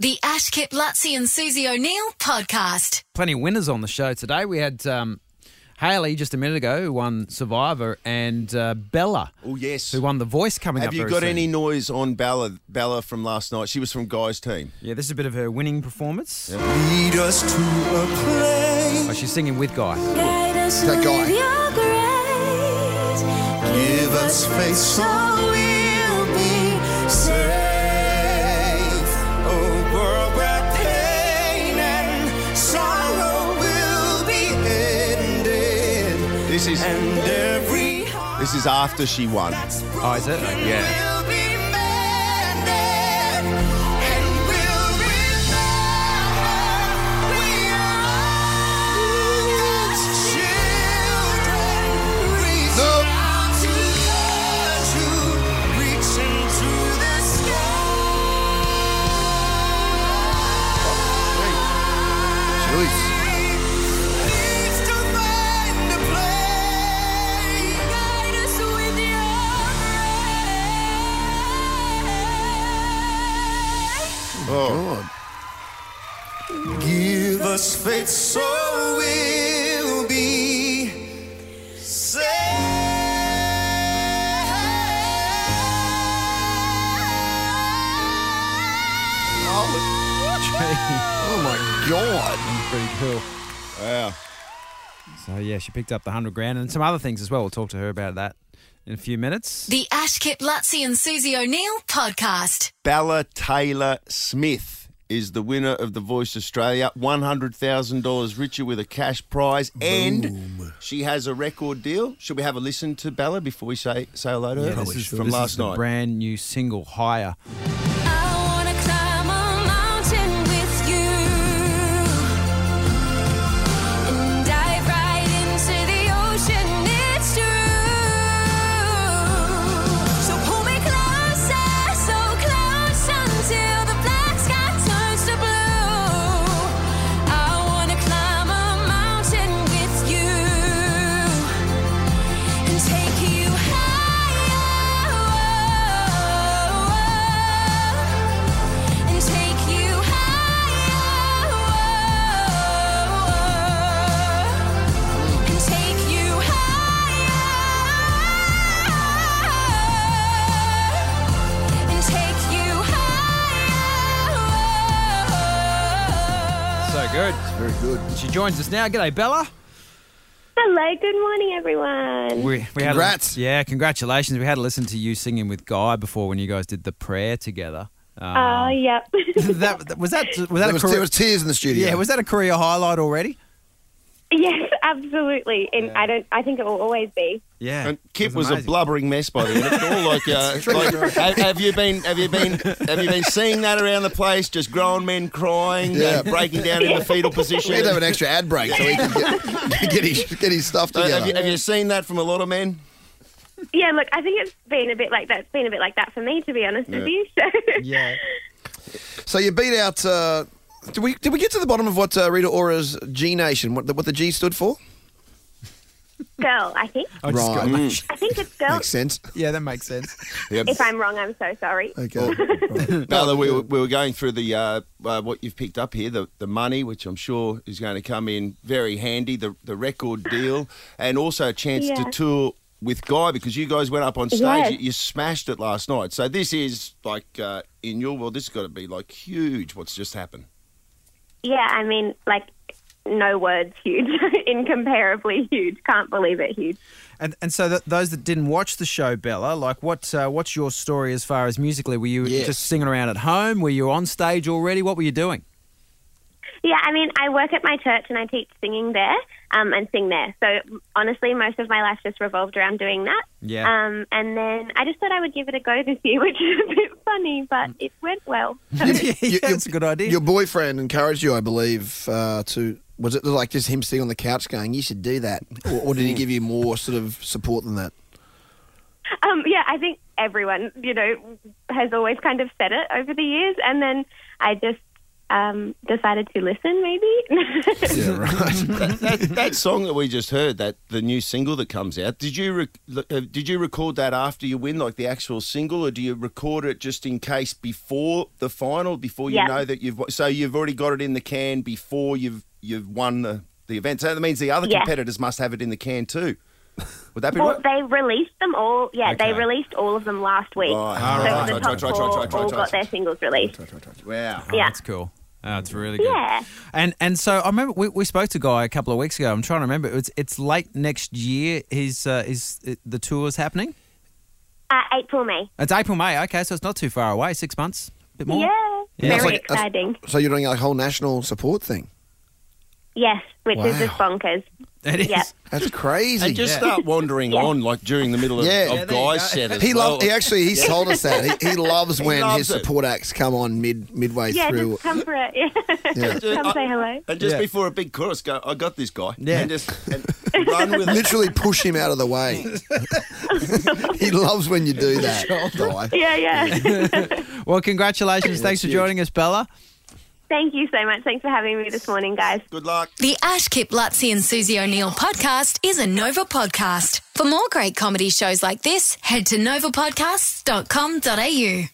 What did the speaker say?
The Ash Kip Lutzi and Susie O'Neill podcast. plenty of winners on the show today. We had um, Haley just a minute ago who won Survivor, and uh, Bella Oh yes. who won The Voice coming Have up. you very got soon. any noise on Bella Bella from last night? She was from Guy's team. Yeah, this is a bit of her winning performance. Lead us to a place. Oh, she's singing with Guy. That guy. Give Give us faith so we'll be safe. A world where pain and sorrow will be ended. This is And every heart this is after she won. that's Oh, is it? broken Okay. Yeah. will be mended. And we'll remember we are God's children. Reach out to the truth. Reach into the Oh, sky. Needs to find a place. Guide us with your grace. Oh, Give us faith so we'll be saved. Oh my God! Pretty cool. Wow. So yeah, she picked up the hundred grand and some other things as well. We'll talk to her about that in a few minutes. The Ash Kip Lutzi and Susie O'Neill podcast. Bella Taylor Smith is the winner of The Voice Australia. One hundred thousand dollars richer with a cash prize, and she has a record deal. Should we have a listen to Bella before we say say hello to her? Yeah, this is the- from this last is the night. brand new single, Higher. I wanna climb a mountain with you and dive right into the ocean. It's true. So pull me closer, so close until the black sky turns to blue. I wanna climb a mountain with you and take you higher, and take you higher, and take you higher, and take So you higher. good. very good. She joins us now. G'day, Bella. Hello, good morning, everyone. We, we Congrats. Had a, yeah, congratulations. We had to listen to you singing with Guy before when you guys did the prayer together. Um, Oh, yep. that, that- was that was that, a there was, career, there was tears in the studio. yeah was that a career highlight already? yes, absolutely. And I don't. I think it will always be. Yeah, And Kip was, a blubbering mess by the end. It's all like, uh, like have, have you been, have you been, have you been seeing that around the place? Just grown men crying, Yeah. uh, breaking down in the fetal position. Uh, We had to have an extra ad break so he could get, get, his, get his stuff Uh, together. have, you, have you seen that from a lot of men? Yeah, look, I think it's been a bit like that. It's been a bit like that for me, to be honest with you. So. Yeah, so you beat out. Uh, did we did we get to the bottom of what uh, Rita Ora's G Nation what the, what the G stood for? girl, I think. I just got- I think it's girl. Makes sense. yeah, that makes sense. Yep. If I'm wrong, I'm so sorry. Okay. Bella, we were, we were going through the uh, uh, what you've picked up here, the, the money, which I'm sure is going to come in very handy, the the record deal, and also a chance Yeah. to tour with Guy because you guys went up on stage, Yes. you, you smashed it last night. So this is like uh, in your world, this has got to be like huge. What's just happened? Yeah, I mean, like, no words, huge, incomparably huge. Can't believe it, huge. And and so that, those that didn't watch the show, Bella, like what uh, what's your story as far as musically? Were you Yes. just singing around at home? Were you on stage already? What were you doing? Yeah, I mean, I work at my church and I teach singing there um, and sing there. So honestly, most of my life just revolved around doing that. Yeah. Um, and then I just thought I would give it a go this year, which is a bit funny, but it went well. yeah, that's a good idea. Your boyfriend encouraged you, I believe, uh, to was it like just him sitting on the couch going, "You should do that," or, or did he give you more sort of support than that? Um, yeah, I think everyone, you know, has always kind of said it over the years. And then I just um, decided to listen, maybe. Yeah, right. that, that, that song that we just heard, that the new single that comes out, did you rec- uh, did you record that after you win, like the actual single, or do you record it just in case before the final, before you Yeah. know that you've won- so you've already got it in the can before you've you've won the, the event. So that means the other Yeah. competitors must have it in the can too. Would that be well, right? they released them all. Yeah, Okay. they released all of them last week. Right. So Alright. the Right, top right, right, four right, right, all right, got right. their singles released. Wow. Oh, Yeah. That's cool. Oh, That's really good. Yeah. And and so I remember we, we spoke to a guy a couple of weeks ago. I'm trying to remember. It's it's late next year. His uh, is uh, the tour's happening. Uh, April, May. It's April May. Okay, so it's not too far away. Six months, bit more. Yeah. Yeah. Very It's like- exciting. so you're doing a whole national support thing. Yes, which is just Wow. bonkers. It is. Yeah. That's crazy. And just Yeah. start wandering on like during the middle of, Yeah. of Yeah, there you guys' go. set. As he well. loved. He actually he's told us that he, he loves when his loves it. support acts come on mid midway Yeah, through. just come for it. Yeah. Yeah. come say hello. And just Yeah. before a big chorus, go, I got this guy. Yeah. And just and run with it. Literally push him out of the way. he loves when you do that. Di. Yeah, yeah. Well, congratulations. Thanks for joining us, Bella. Thank you so much. Thanks for having me this morning, guys. Good luck. The Ash Kip Lutzi and Susie O'Neill podcast is a Nova podcast. For more great comedy shows like this, head to novapodcasts.com.au.